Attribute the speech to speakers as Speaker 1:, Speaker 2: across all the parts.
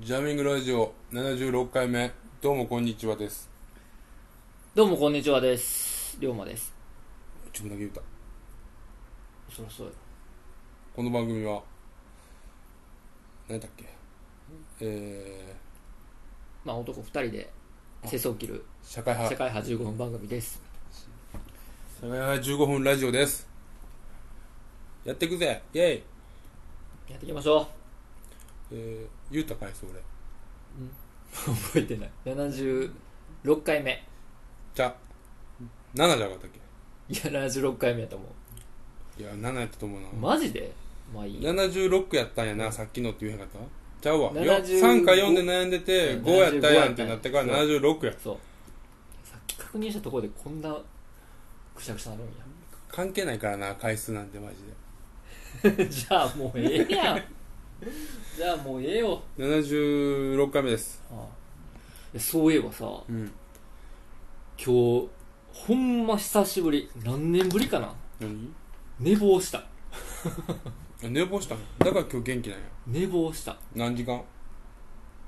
Speaker 1: ジャミングラジオ76回目どうもこんにちはです
Speaker 2: どうもこんにちはです。りょうまです。
Speaker 1: 自分だけ言った
Speaker 2: そろそろ。
Speaker 1: この番組は何だっけえ
Speaker 2: まあ男二人で世相を切る
Speaker 1: ー、社会
Speaker 2: 世
Speaker 1: 派
Speaker 2: 界派15分番組です。
Speaker 1: 社会派15分ラジオですやっていくぜイェイ、
Speaker 2: やっていきましょ
Speaker 1: えー、言うた回数俺
Speaker 2: う。 覚えてない。76回目。
Speaker 1: じゃ7じゃなかったっ
Speaker 2: いや、76回目やと思
Speaker 1: けいや7やったと思うな
Speaker 2: う。、マジでまあいい。
Speaker 1: 76やったんやなさっきのって言えへんかったちゃうわよ
Speaker 2: 75
Speaker 1: 3か4で悩んでて
Speaker 2: うん
Speaker 1: 5やったやんってなってから76や
Speaker 2: そう。さっき確認したところでこんなくしゃくしゃなるんや。
Speaker 1: 関係ないからな回数なんてマジで
Speaker 2: じゃあもうええ やん。じゃあもうええよ。
Speaker 1: 76回目です
Speaker 2: ああいやそういえばさ、
Speaker 1: うん
Speaker 2: 今日、ほんま久しぶり。何年ぶりかな
Speaker 1: 何
Speaker 2: 寝坊した。
Speaker 1: あ寝坊したのだから今日元気なんや
Speaker 2: 寝坊した。
Speaker 1: 何時間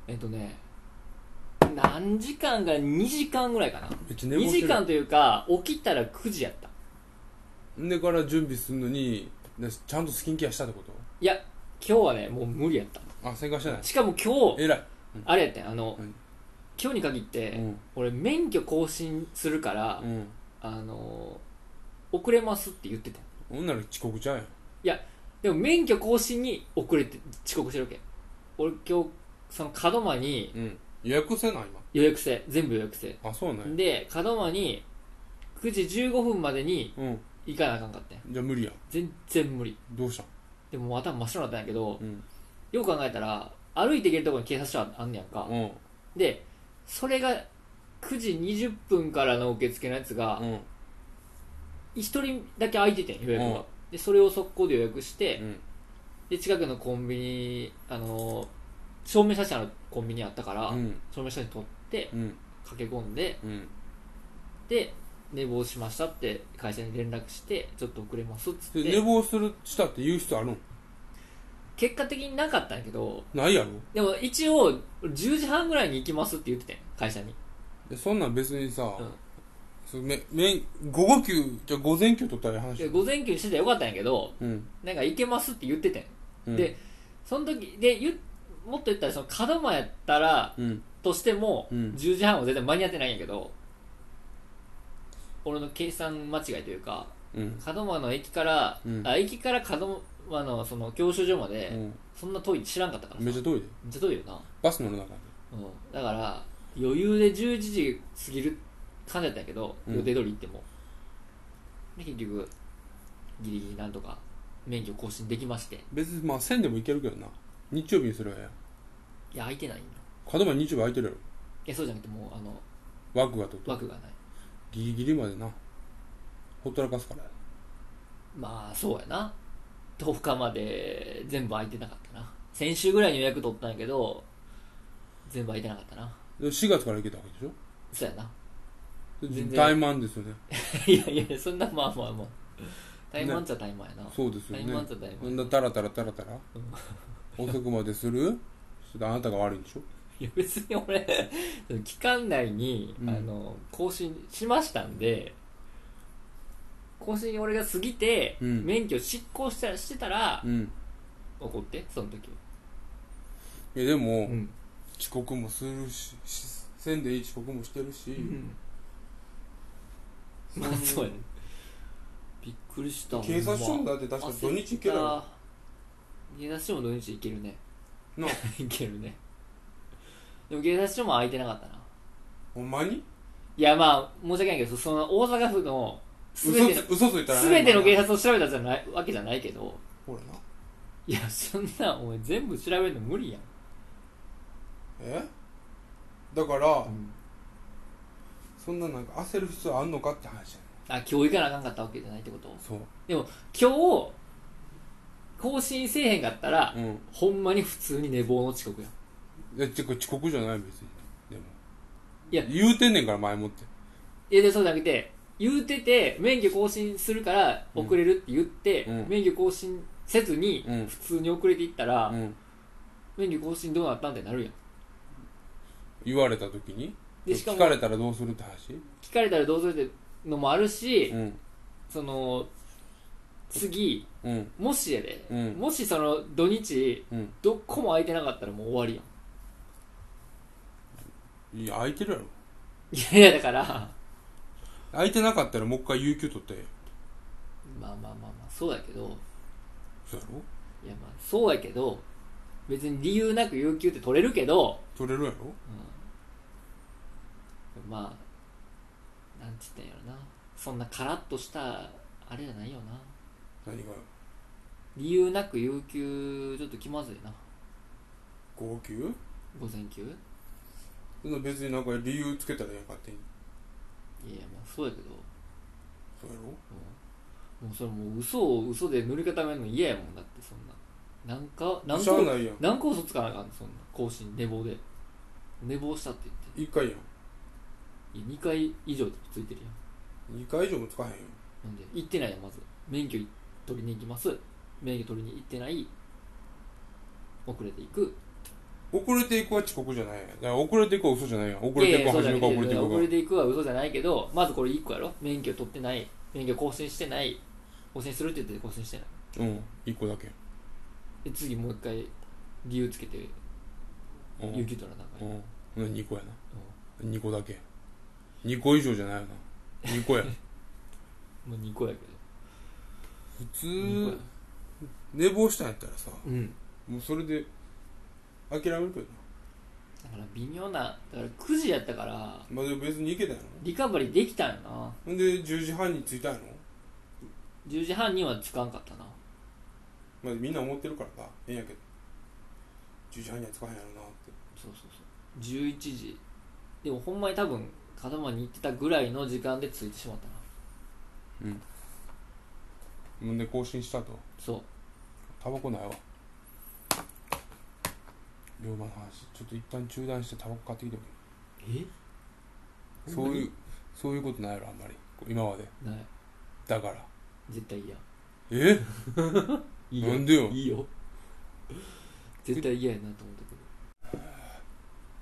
Speaker 2: えっとね何時間が2時間ぐらいかな
Speaker 1: めっちゃ寝坊
Speaker 2: 2
Speaker 1: して
Speaker 2: 時
Speaker 1: る
Speaker 2: 間というか起きたら9時やった
Speaker 1: でから準備するのにでちゃんとスキンケアしたってこ
Speaker 2: いや今日はねもう無理やった
Speaker 1: とあ正解してない
Speaker 2: しかも今日
Speaker 1: えらい
Speaker 2: あれやったんやあの、
Speaker 1: うん
Speaker 2: 今日に限って、
Speaker 1: うん
Speaker 2: 俺免許更新するから、
Speaker 1: うん
Speaker 2: あの遅れますって言ってた
Speaker 1: ほんなら遅刻ちゃうやん
Speaker 2: でも免許更新に遅れて遅刻してるわけ俺今日その門間に
Speaker 1: うん予約せな今
Speaker 2: 予約制全部予約制
Speaker 1: あそうなんや
Speaker 2: で門間に9時15分までに
Speaker 1: うん
Speaker 2: 行かなあかんかったんや
Speaker 1: じゃあ無理や
Speaker 2: 全然無理
Speaker 1: どうしたん
Speaker 2: でももう頭真っ白になったんやけど、
Speaker 1: うん
Speaker 2: よく考えたら、歩いて行けるところに警察署あんねやんか。
Speaker 1: うん
Speaker 2: で、それが9時20分からの受付のやつが、
Speaker 1: うん
Speaker 2: 一人だけ空いててん、予約が。
Speaker 1: うん
Speaker 2: で、それを速攻で予約して、
Speaker 1: うん
Speaker 2: で、近くのコンビニ、あのー証明写真あるコンビニあったから、
Speaker 1: うん
Speaker 2: 証明写真撮って、
Speaker 1: うん
Speaker 2: 駆け込んで、
Speaker 1: うん
Speaker 2: で、寝坊しましたって会社に連絡して、ちょっと遅れますっつっ
Speaker 1: で寝
Speaker 2: て、
Speaker 1: 坊するしたって言う人あるん
Speaker 2: 結果的になかったんやけど、
Speaker 1: ないやろ
Speaker 2: でも一応、10時半ぐらいに行きますって言っててん、会社に。
Speaker 1: でそんなん別にさ、
Speaker 2: うん
Speaker 1: それめめ午後休じゃあ午前休取ったらええ話
Speaker 2: で
Speaker 1: や
Speaker 2: 午前休にしてたらよかったんやけど
Speaker 1: うん、
Speaker 2: なんか行けますって言っててん、
Speaker 1: うん、
Speaker 2: でその時でゆもっと言ったらその門間やったら
Speaker 1: うん
Speaker 2: としても、
Speaker 1: うん
Speaker 2: 10時半は全然間に合ってないんやけど俺の計算間違いというか
Speaker 1: うん
Speaker 2: 門間の駅から、
Speaker 1: うん
Speaker 2: あ駅から門間のその教習所まで、
Speaker 1: うん
Speaker 2: そんな遠い知らんかったからさ
Speaker 1: めっちゃ遠いで
Speaker 2: めっちゃ遠いよな、
Speaker 1: バス乗る中で
Speaker 2: うん、だから余裕で11時過ぎる感じやったんやけど、
Speaker 1: うん
Speaker 2: 予定通り行ってもで結局ギリギリなんとか免許更新できまして
Speaker 1: 別にまあ線でも行けるけどな日曜日にすればええやん
Speaker 2: いや空いてないのい
Speaker 1: 角間日曜日空いてるや
Speaker 2: やそうじゃなくてもうあの
Speaker 1: ろ枠がと
Speaker 2: 枠がない
Speaker 1: ギリギリまでなほったらかすから
Speaker 2: まあそうやな10日まで全部空いてなかったな先週ぐらいに予約取ったんやけど全部空いてなかったな
Speaker 1: で4月から行けたわけでし
Speaker 2: そうやな
Speaker 1: ょで
Speaker 2: 全然
Speaker 1: 怠慢ですよね
Speaker 2: いやいやそんなまあまあまあ怠慢っちゃ怠慢やな、
Speaker 1: そうですよ
Speaker 2: 怠
Speaker 1: ね
Speaker 2: 慢っちゃ怠
Speaker 1: な
Speaker 2: 慢
Speaker 1: んだタラタラタラタ ラ遅くまでするちょっとあなたが悪いんでしょ
Speaker 2: いや別に俺期間内に、
Speaker 1: うん
Speaker 2: あの更新しましたんで更新俺が過ぎて、
Speaker 1: うん
Speaker 2: 免許失効したしてたら、
Speaker 1: うん
Speaker 2: 怒ってその時は、
Speaker 1: いやでも、
Speaker 2: うん
Speaker 1: 遅刻もするししせんでいい遅刻もしてるし、
Speaker 2: まあそうやねびっくりした
Speaker 1: 警察署も
Speaker 2: も
Speaker 1: だって確か土日行けるや
Speaker 2: 警察署も土日行けるね
Speaker 1: ろなあ
Speaker 2: 行けるねでも警察署も空いてなかったな
Speaker 1: ほんまに
Speaker 2: いやまあ申し訳ないけどその大阪府の
Speaker 1: 嘘
Speaker 2: 全ての
Speaker 1: つ嘘ついたら謝るな
Speaker 2: 全ての警察を調べたじゃないわけじゃないけど
Speaker 1: ほらない
Speaker 2: やそんなお前全部調べるの無理やん、
Speaker 1: えだから、
Speaker 2: ん
Speaker 1: そんななんか焦る必要あんのかって話やね
Speaker 2: あ今日行かなあかんかったわけじゃないってこと
Speaker 1: そう
Speaker 2: 今日更新せえへんかったら、
Speaker 1: うん
Speaker 2: ほんまに普通に寝坊の遅刻やん
Speaker 1: いやちょ遅刻じゃない別にでも
Speaker 2: いや
Speaker 1: 言うてんねんから前もって
Speaker 2: いやでそうじゃなくて言うてて免許更新するから遅れるって言って、
Speaker 1: うん
Speaker 2: 免許更新せずに
Speaker 1: うん
Speaker 2: 普通に遅れていったら、
Speaker 1: うん
Speaker 2: メニュー更新どうなったんってなるやん
Speaker 1: 言われた時に
Speaker 2: でしか
Speaker 1: 聞
Speaker 2: も
Speaker 1: かれたらどうするって話
Speaker 2: 聞かれたらどうするってのもあるし、
Speaker 1: うん
Speaker 2: その次
Speaker 1: うん
Speaker 2: もしやで、
Speaker 1: うん
Speaker 2: もしその土日
Speaker 1: うん
Speaker 2: どこも空いてなかったらもう終わりやん
Speaker 1: いや空いてるやろ
Speaker 2: いやいやだから
Speaker 1: 空いてなかったらもう一回有給取って
Speaker 2: まあまあまあまあそうやけど
Speaker 1: そうやろ
Speaker 2: いやまあそうやけど別に理由なく有給って取れるけど
Speaker 1: 取れるやろ
Speaker 2: まあなんつったんやろなそんなカラッとしたあれじゃないよな
Speaker 1: 何が
Speaker 2: 理由なく有給ちょっと気まずいな
Speaker 1: 号泣
Speaker 2: 午前休いや
Speaker 1: そんな別になんか理由つけたらええやん勝手に
Speaker 2: いやまあそうやけど
Speaker 1: そうやろ
Speaker 2: もうそれもう嘘を嘘で塗り固めるの嫌やもんだってそんななんか何
Speaker 1: しゃあ
Speaker 2: 個
Speaker 1: ないやん
Speaker 2: 何個嘘つかなあかんのそんな更新寝坊で寝坊したって
Speaker 1: 一回やん
Speaker 2: 言っていや2回以上ついてるやん
Speaker 1: 二回以上もつかへんよ
Speaker 2: なんで行ってないやんまず免許取りに行きます免許取りに行ってない遅れていく
Speaker 1: 遅れていくは遅刻じゃないやんだから遅れていくは嘘じゃないやん遅れていくは初めから遅れていく
Speaker 2: 遅
Speaker 1: が
Speaker 2: れていくは嘘じゃないけどまずこれ1個やろ免許取ってない免許更新してない更新するって言って更新してない
Speaker 1: うん一個だけ
Speaker 2: で次もう一回理由つけて
Speaker 1: う
Speaker 2: 有
Speaker 1: ん
Speaker 2: 給取らなあかんやん
Speaker 1: うん2個やな2個だけ2個以上じゃないよな2個や
Speaker 2: うんもう2個やけど
Speaker 1: 普
Speaker 2: 二
Speaker 1: 通
Speaker 2: 個や
Speaker 1: 寝坊したんやったらさ
Speaker 2: うん
Speaker 1: もうそれで諦めるけどな
Speaker 2: だから微妙なだから9時やったから
Speaker 1: まあでも別に行けたんや
Speaker 2: リカバリーできたんやな
Speaker 1: ろんで10時半に着いたんやろ
Speaker 2: 10時半にはつかんかったな
Speaker 1: まあみんな思ってるからなええんやけど10時半には着かへんやろなって
Speaker 2: そうそうそう11時でもほんまに多分片間に行ってたぐらいの時間で着いてしまったな
Speaker 1: ほんで更新したと
Speaker 2: そう
Speaker 1: タバコないわ龍馬の話ちょっと一旦中断してタバコ買ってきてく
Speaker 2: え
Speaker 1: れそういうそういうことないやろあんまり今まで
Speaker 2: ない
Speaker 1: だから
Speaker 2: 絶対嫌
Speaker 1: え
Speaker 2: いいよ
Speaker 1: なんでよ
Speaker 2: いいよ絶対嫌やなと思った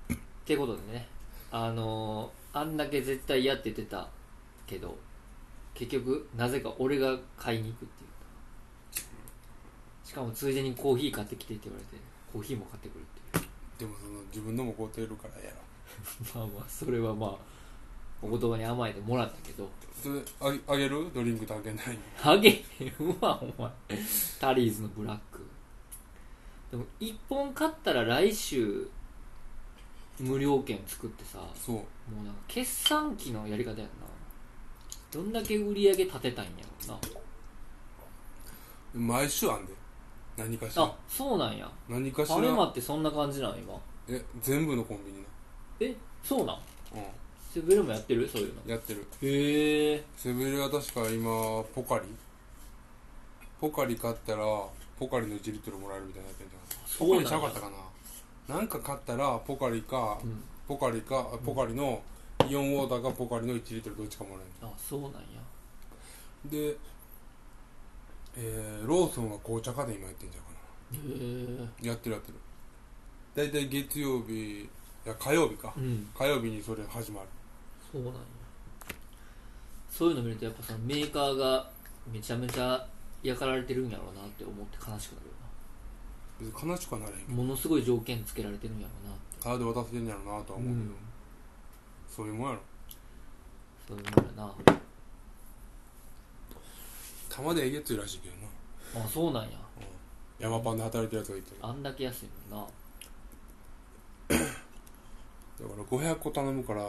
Speaker 2: けどってことでねあのー、あんだけ絶対嫌って言ってたけど結局なぜか俺が買いに行くっていうしかもついでにコーヒー買ってきてって言われてコーヒーも買ってくるって
Speaker 1: で
Speaker 2: いう
Speaker 1: もその自分のも凍ってるからええやろ
Speaker 2: まあまあそれはまあお言葉に甘えてもらったけど
Speaker 1: それあげあげるドリンクだけない
Speaker 2: ハゲへんわお前タリーズのブラックでも1本買ったら来週無料券作ってさも
Speaker 1: そう
Speaker 2: うなんか決算期のやり方やんなどんだけ売り上げ立てたいんやろ
Speaker 1: 毎週あんで何かし
Speaker 2: な
Speaker 1: ら
Speaker 2: あそうなんや
Speaker 1: 何かし
Speaker 2: パネマ
Speaker 1: ら
Speaker 2: ってそんな感じなん今
Speaker 1: え全部のコンビニ
Speaker 2: えそうなん
Speaker 1: な、
Speaker 2: セブンイレブンやってるそういうの
Speaker 1: うん、やってる
Speaker 2: へえ
Speaker 1: セブンイレは確か今ポカリポカリ買ったらポカリの1リットルもらえるみたいになってんじゃんポカリちゃうかったかななんか買ったらポカリか、
Speaker 2: うん
Speaker 1: ポカリかポカリのイオンウォーターかポカリの1リットルどっちかもらえ
Speaker 2: あそうなんや
Speaker 1: るで、えー、ローソンは紅茶家で今やってんじゃんかな
Speaker 2: へえ
Speaker 1: やってるやってる大体月曜日いや火曜日か
Speaker 2: うん
Speaker 1: 火曜日にそれ始まる
Speaker 2: そうなんやそういうの見るとやっぱそのメーカーがめちゃめちゃやかられてるんやろうなって思って悲しくなるよ
Speaker 1: 別に悲しくはなれへんけ
Speaker 2: なものすごい条件つけられてるんやろうなって
Speaker 1: どカード渡せてんやろなとは思うけど、
Speaker 2: うん
Speaker 1: そういうもんやろ
Speaker 2: そういうもんやな
Speaker 1: 玉でえげついらしいけどな
Speaker 2: あそうなんや
Speaker 1: 山パンで働いてるやつがいてるだ
Speaker 2: あんだけ安いもんな
Speaker 1: から500個頼むから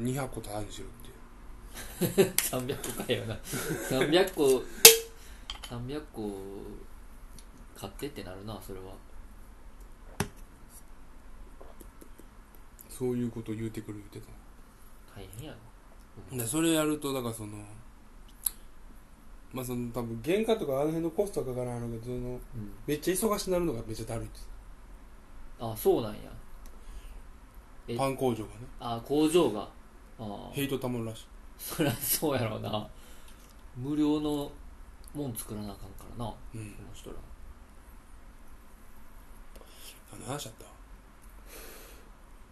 Speaker 1: 200個タダにしろっていう
Speaker 2: 300個買えよな300個300個買ってってなるなそれは
Speaker 1: そういうことを言うてくる言うてた
Speaker 2: 大変やろ
Speaker 1: でそれやるとだからそのまあその多分原価とかあの辺のコストはかからんやろうけどその
Speaker 2: うん
Speaker 1: めっちゃ忙しになるのがめっちゃだるいって
Speaker 2: あそうなんやえ
Speaker 1: パン工場がね
Speaker 2: あ工場があ
Speaker 1: ヘイトたまるらしい
Speaker 2: そりゃそうやろうな無料のもん作らなあかんからなこ
Speaker 1: うん
Speaker 2: の人ら
Speaker 1: 何の話だった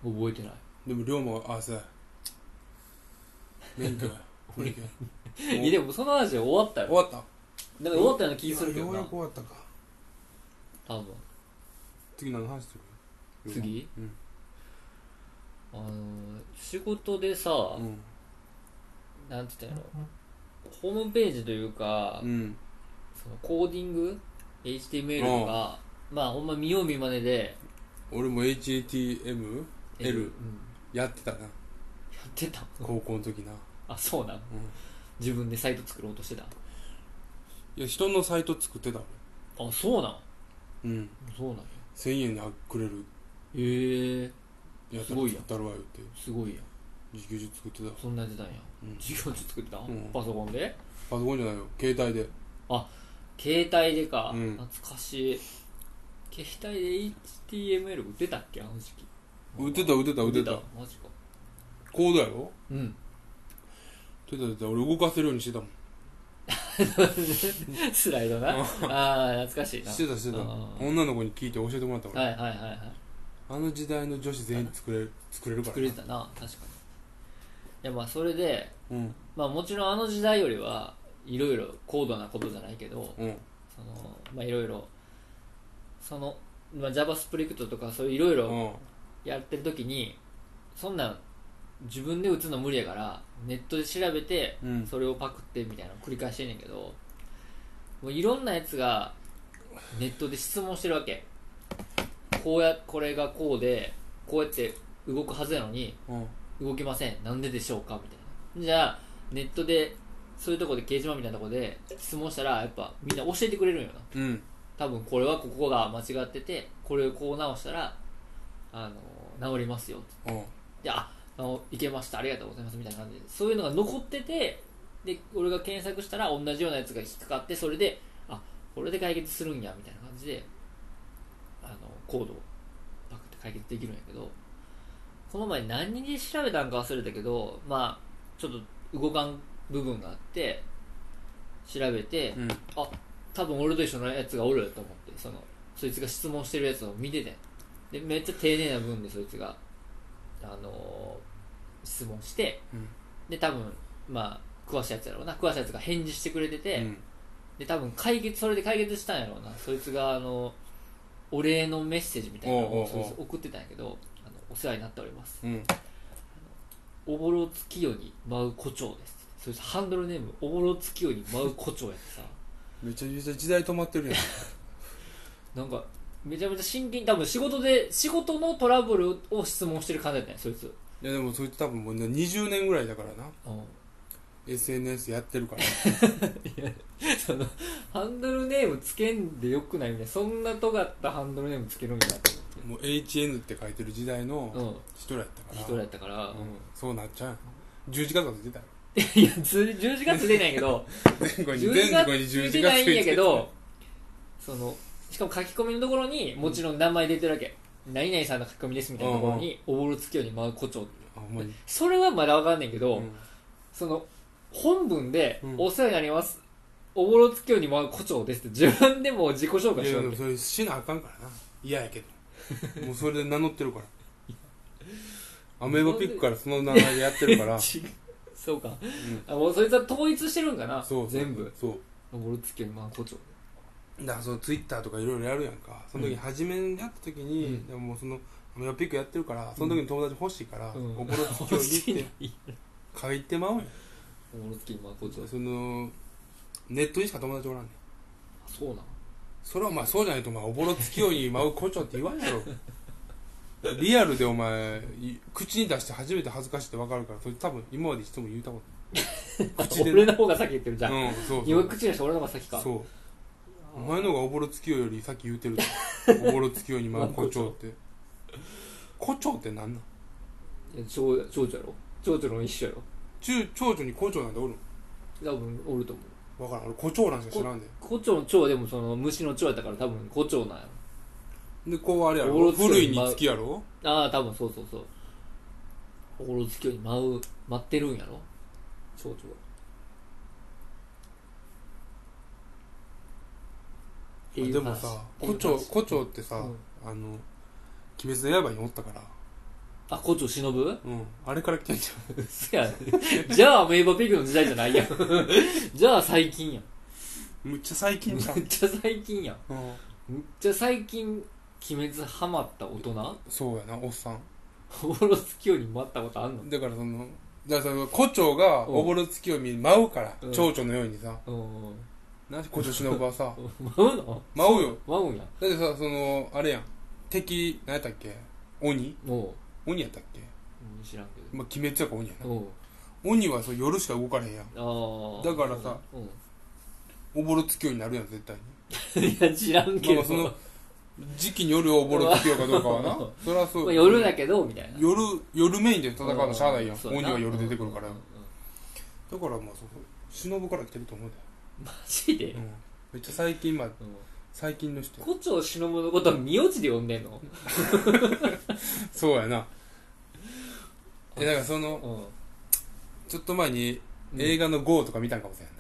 Speaker 2: 覚えてない
Speaker 1: でも龍馬があそうや免許 や免許や
Speaker 2: いやでもその話は終わった
Speaker 1: 終
Speaker 2: よ
Speaker 1: わった
Speaker 2: だから終わったような気するけど
Speaker 1: ようや
Speaker 2: な
Speaker 1: く終わったか
Speaker 2: 多分
Speaker 1: 次何の話する
Speaker 2: 次
Speaker 1: うん
Speaker 2: あの仕事でさ、
Speaker 1: うん
Speaker 2: なんて言ったんやろホームページというか、
Speaker 1: うん
Speaker 2: そのコーディング HTML とかまあほんま見よう見まねで
Speaker 1: 俺も HTML L
Speaker 2: うん、や
Speaker 1: やってたな
Speaker 2: ってた
Speaker 1: 高校の時な
Speaker 2: あそうなん
Speaker 1: うん
Speaker 2: 自分でサイト作ろうとしてた
Speaker 1: いや人のサイト作ってた
Speaker 2: あそうなん
Speaker 1: 俺うん
Speaker 2: そうなんや
Speaker 1: 1000円でくれる
Speaker 2: へえ
Speaker 1: やつ
Speaker 2: すごいやん
Speaker 1: 作ったるわよって
Speaker 2: すごいやん
Speaker 1: 自給自作ってた
Speaker 2: そんなやってたんや
Speaker 1: うん
Speaker 2: 授業で作ってた、
Speaker 1: ん
Speaker 2: パソコンで
Speaker 1: パソコンじゃないよ携帯で
Speaker 2: 携帯でか、
Speaker 1: うん
Speaker 2: 懐かしい携帯で HTML 打てたっけあの時期
Speaker 1: 打てた打てた打てた
Speaker 2: マジか
Speaker 1: コードやろ
Speaker 2: うん
Speaker 1: 打てた打てた俺動かせるようにしてたもん
Speaker 2: スライドな
Speaker 1: うん
Speaker 2: ああ懐かしいな
Speaker 1: してたしてた
Speaker 2: あー
Speaker 1: 女の子に聞いて教えてもらったから、
Speaker 2: はいはいはいはい
Speaker 1: あの時代の女子全員作れる作れるから
Speaker 2: 作れてたな確かにいやまあそれで
Speaker 1: うん
Speaker 2: まあもちろんあの時代よりはいろいろ高度なことじゃないけど
Speaker 1: うん
Speaker 2: そのまあいろいろその、まあ、Java スプリクトとかそういういろいうろ
Speaker 1: ん
Speaker 2: やってる時にそんなん自分で打つの無理やからネットで調べて
Speaker 1: うん
Speaker 2: それをパクってみたいなの繰り返してんねんけどもういろんなやつがネットで質問してるわけこうやこれがこうでこうやって動くはずやのに
Speaker 1: うん
Speaker 2: 動きませんなんででしょうかみたいなじゃあネットでそういうとこで掲示板みたいなとこで質問したらやっぱみんな教えてくれるんよな
Speaker 1: うん
Speaker 2: 多分これはここが間違っててこれをこう直したらあの治りますよ
Speaker 1: うん
Speaker 2: でああのいけましたありがとうございますみたいな感じでそういうのが残っててで俺が検索したら同じようなやつが引っかかってそれであこれで解決するんやみたいな感じであのコードをパクって解決できるんやけどこの前何で調べたんか忘れたけどまあちょっと動かん部分があって調べて
Speaker 1: うん
Speaker 2: あ多分俺と一緒のやつがおると思ってそのそいつが質問してるやつを見ててでめっちゃ丁寧な分でそいつが、あのー質問して
Speaker 1: うん
Speaker 2: で多分まあ詳しいやつやろうな詳しいやつが返事してくれてて、
Speaker 1: うん
Speaker 2: で多分解決それで解決したんやろうなそいつがあのお礼のメッセージみたいなの
Speaker 1: おうおうお
Speaker 2: を
Speaker 1: う
Speaker 2: そいつ送ってたんやけどあのお世話になっております
Speaker 1: うん
Speaker 2: おぼろ月夜に舞う胡蝶ですそいつハンドルネームおぼろ月夜に舞う胡蝶やってさ
Speaker 1: めちゃめちゃ時代止まってるやん
Speaker 2: なんかめちゃめちゃ真剣に多分仕事で仕事のトラブルを質問してる感じだったねそいつ、
Speaker 1: いやでもそいつ多分もうね20年ぐらいだからな SNS やってるから
Speaker 2: その ハンドルネームつけんでよくないみたいなそんな尖ったハンドルネームつけるんやと
Speaker 1: もう HN って書いてる時代の
Speaker 2: 思って
Speaker 1: 人らやったか
Speaker 2: うん
Speaker 1: ら
Speaker 2: 人やったから、
Speaker 1: うんそうなっちゃう十字架とかついてたよ
Speaker 2: いやつ10時間ついてないけ ど
Speaker 1: 前後に
Speaker 2: 10時
Speaker 1: 前
Speaker 2: 間
Speaker 1: 後に
Speaker 2: つ
Speaker 1: 十
Speaker 2: い
Speaker 1: 字
Speaker 2: て
Speaker 1: 架
Speaker 2: な
Speaker 1: つ
Speaker 2: い
Speaker 1: い
Speaker 2: ん
Speaker 1: て
Speaker 2: やけ
Speaker 1: た
Speaker 2: どそのしかも書き込みのところにもちろん名前出てるわけ、何々さんの書き込みですみたいなところに「おぼろ月夜に舞う胡蝶って
Speaker 1: あほんまに」
Speaker 2: それはまだわかんないけど、
Speaker 1: うん
Speaker 2: その本文で
Speaker 1: うん
Speaker 2: 「お世話になります」おぼろつきょうにまあ胡蝶です」って自分でもう自己紹介
Speaker 1: い
Speaker 2: し
Speaker 1: や
Speaker 2: よ
Speaker 1: で
Speaker 2: う
Speaker 1: もそれしなあかんからな嫌やけどもうそれで名乗って るからアメーバピックからその名前でやってる から、
Speaker 2: そうか、
Speaker 1: ん
Speaker 2: あもうそいつは統一してるんかな
Speaker 1: そう
Speaker 2: 全部
Speaker 1: そう
Speaker 2: 「おぼろつきょうにまあ胡蝶
Speaker 1: だからそのツイッターとかいろいろやるやんかその時初めにやった時に、
Speaker 2: うん
Speaker 1: でももうそのアメーバピックやってるからその時に友達欲しいから、
Speaker 2: うん
Speaker 1: おぼろつき」
Speaker 2: お
Speaker 1: を
Speaker 2: ぼろつき
Speaker 1: 言って
Speaker 2: に
Speaker 1: 書いてまうんや
Speaker 2: まあ胡蝶
Speaker 1: そのネットにしか友達おらんねん
Speaker 2: あそうなん
Speaker 1: それはお前そうじゃないとお前おぼろつきように舞う胡蝶って言わんやろリアルでお前い口に出して初めて恥ずかしいって分かるからそれ多分今まで一度も言うたこ口で
Speaker 2: 俺の方が先言ってるじゃん、
Speaker 1: うんそうそ
Speaker 2: 今
Speaker 1: う
Speaker 2: 口にして俺の方が先か
Speaker 1: そうお前の方がおぼろつきようよりさっき言うてるおぼろつきように舞う胡蝶って胡蝶ってなんなん
Speaker 2: いや蝶蝶々やろ蝶々の一種やろ
Speaker 1: 中長女に胡蝶なんておる
Speaker 2: 多分おると思う
Speaker 1: の分からん俺胡蝶なんしか知らんで
Speaker 2: 胡蝶の蝶はでもその虫の蝶やったから多分胡蝶なんや
Speaker 1: でこうあれや
Speaker 2: おぼ
Speaker 1: ろ
Speaker 2: ろつきよう
Speaker 1: 古い
Speaker 2: に
Speaker 1: に
Speaker 2: 舞う
Speaker 1: つきやろ
Speaker 2: ろああ多分そうそうそうおぼろつきょうに舞う待ってるんやろ蝶々がってい
Speaker 1: で
Speaker 2: う
Speaker 1: も
Speaker 2: 話
Speaker 1: さ
Speaker 2: っていう
Speaker 1: 胡
Speaker 2: 話
Speaker 1: 蝶胡蝶ってさ、
Speaker 2: うん
Speaker 1: あの鬼滅の刃におったから、
Speaker 2: あ校長忍
Speaker 1: うん、あれから来てんじゃ
Speaker 2: うそやじゃあメイバーペグの時代じゃないやん じゃあ最近やん
Speaker 1: んむっちゃ最近じゃん、
Speaker 2: めっちゃ最近やん
Speaker 1: うん、
Speaker 2: めっちゃ最近鬼滅ハマった大人
Speaker 1: そうやなおっさん
Speaker 2: おぼろつきよに待ったことあんの
Speaker 1: だからそのだからその胡蝶が
Speaker 2: うん
Speaker 1: おぼろ月を見舞うから、
Speaker 2: うん
Speaker 1: 蝶々のようにさ
Speaker 2: うん
Speaker 1: なんで胡蝶忍 はさ
Speaker 2: 舞うの
Speaker 1: 舞うよ
Speaker 2: 舞うんや
Speaker 1: だってさそのあれやん敵何やったっけ鬼
Speaker 2: も
Speaker 1: 鬼やったっけ
Speaker 2: う知らんけ
Speaker 1: まあ鬼滅やから鬼や
Speaker 2: ど
Speaker 1: な
Speaker 2: おう
Speaker 1: 鬼はそう夜しか動かれへんやん
Speaker 2: ああ
Speaker 1: だからさ、
Speaker 2: うん、
Speaker 1: おぼろ月夜になるやん絶対に
Speaker 2: いや知らん けど、
Speaker 1: まあその時期に夜おぼろ月夜かどうか はなそれはそう、
Speaker 2: まあ夜だけどみたいな
Speaker 1: 夜夜メインで戦うのしゃあないやん
Speaker 2: そう
Speaker 1: 鬼
Speaker 2: な
Speaker 1: は夜出てくるから
Speaker 2: うん
Speaker 1: だ
Speaker 2: うん
Speaker 1: か
Speaker 2: うん
Speaker 1: らまあそう忍から来てると思う
Speaker 2: マジで
Speaker 1: で、うん、めっちゃ最近まあ
Speaker 2: うん
Speaker 1: 最近の人や
Speaker 2: 胡蝶忍のことは名字で呼んでんの
Speaker 1: そうやなえだからそのちょっと前に
Speaker 2: うん
Speaker 1: 映画の GO とか見たんかもしれんな、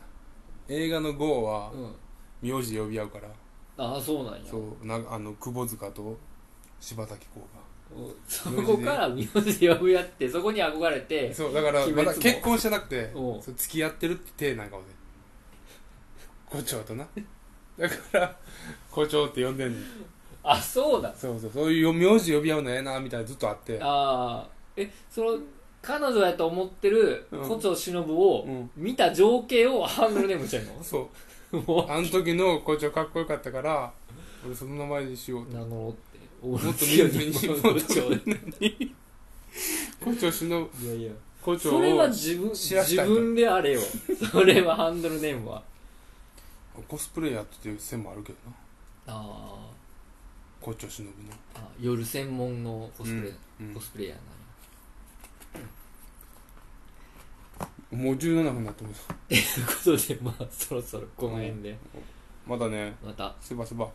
Speaker 1: 映画の GO は
Speaker 2: うん
Speaker 1: 名字で呼び合うから、
Speaker 2: ああそうなんや
Speaker 1: そうなあの窪塚と柴咲コウ
Speaker 2: うんそこから名字で呼ぶやってそこに憧れて
Speaker 1: がそうだから
Speaker 2: 鬼
Speaker 1: ま
Speaker 2: 滅も
Speaker 1: だ結婚してなくて
Speaker 2: おう
Speaker 1: そう付き合ってるって体なんかもね胡蝶となだから胡蝶って呼んでんの
Speaker 2: あそうだ
Speaker 1: そうそうそういう名字呼び合うのええなみたいなずっとあって
Speaker 2: ああえその彼女やと思ってる
Speaker 1: うん
Speaker 2: 胡蝶忍を
Speaker 1: うん
Speaker 2: 見た情景をハンドルネームしてんの
Speaker 1: そう
Speaker 2: も
Speaker 1: あの時の胡蝶かっこよかったから俺その名前でしよう
Speaker 2: う名乗ろうっても
Speaker 1: っと身内に 胡蝶しの
Speaker 2: いやいや
Speaker 1: 胡蝶
Speaker 2: それは
Speaker 1: を
Speaker 2: 自分
Speaker 1: 知らし
Speaker 2: 自
Speaker 1: たいと
Speaker 2: 分であれよそれはハンドルネームは
Speaker 1: コスプレイヤーっていう線もあるけどな
Speaker 2: あー
Speaker 1: 胡蝶しのぶの
Speaker 2: あ夜専門のコスプレ、
Speaker 1: うん
Speaker 2: コスプレイヤーなんや
Speaker 1: うんもう17分になってます
Speaker 2: ということでまあそろそろこの辺で、
Speaker 1: まだね
Speaker 2: また
Speaker 1: すばすば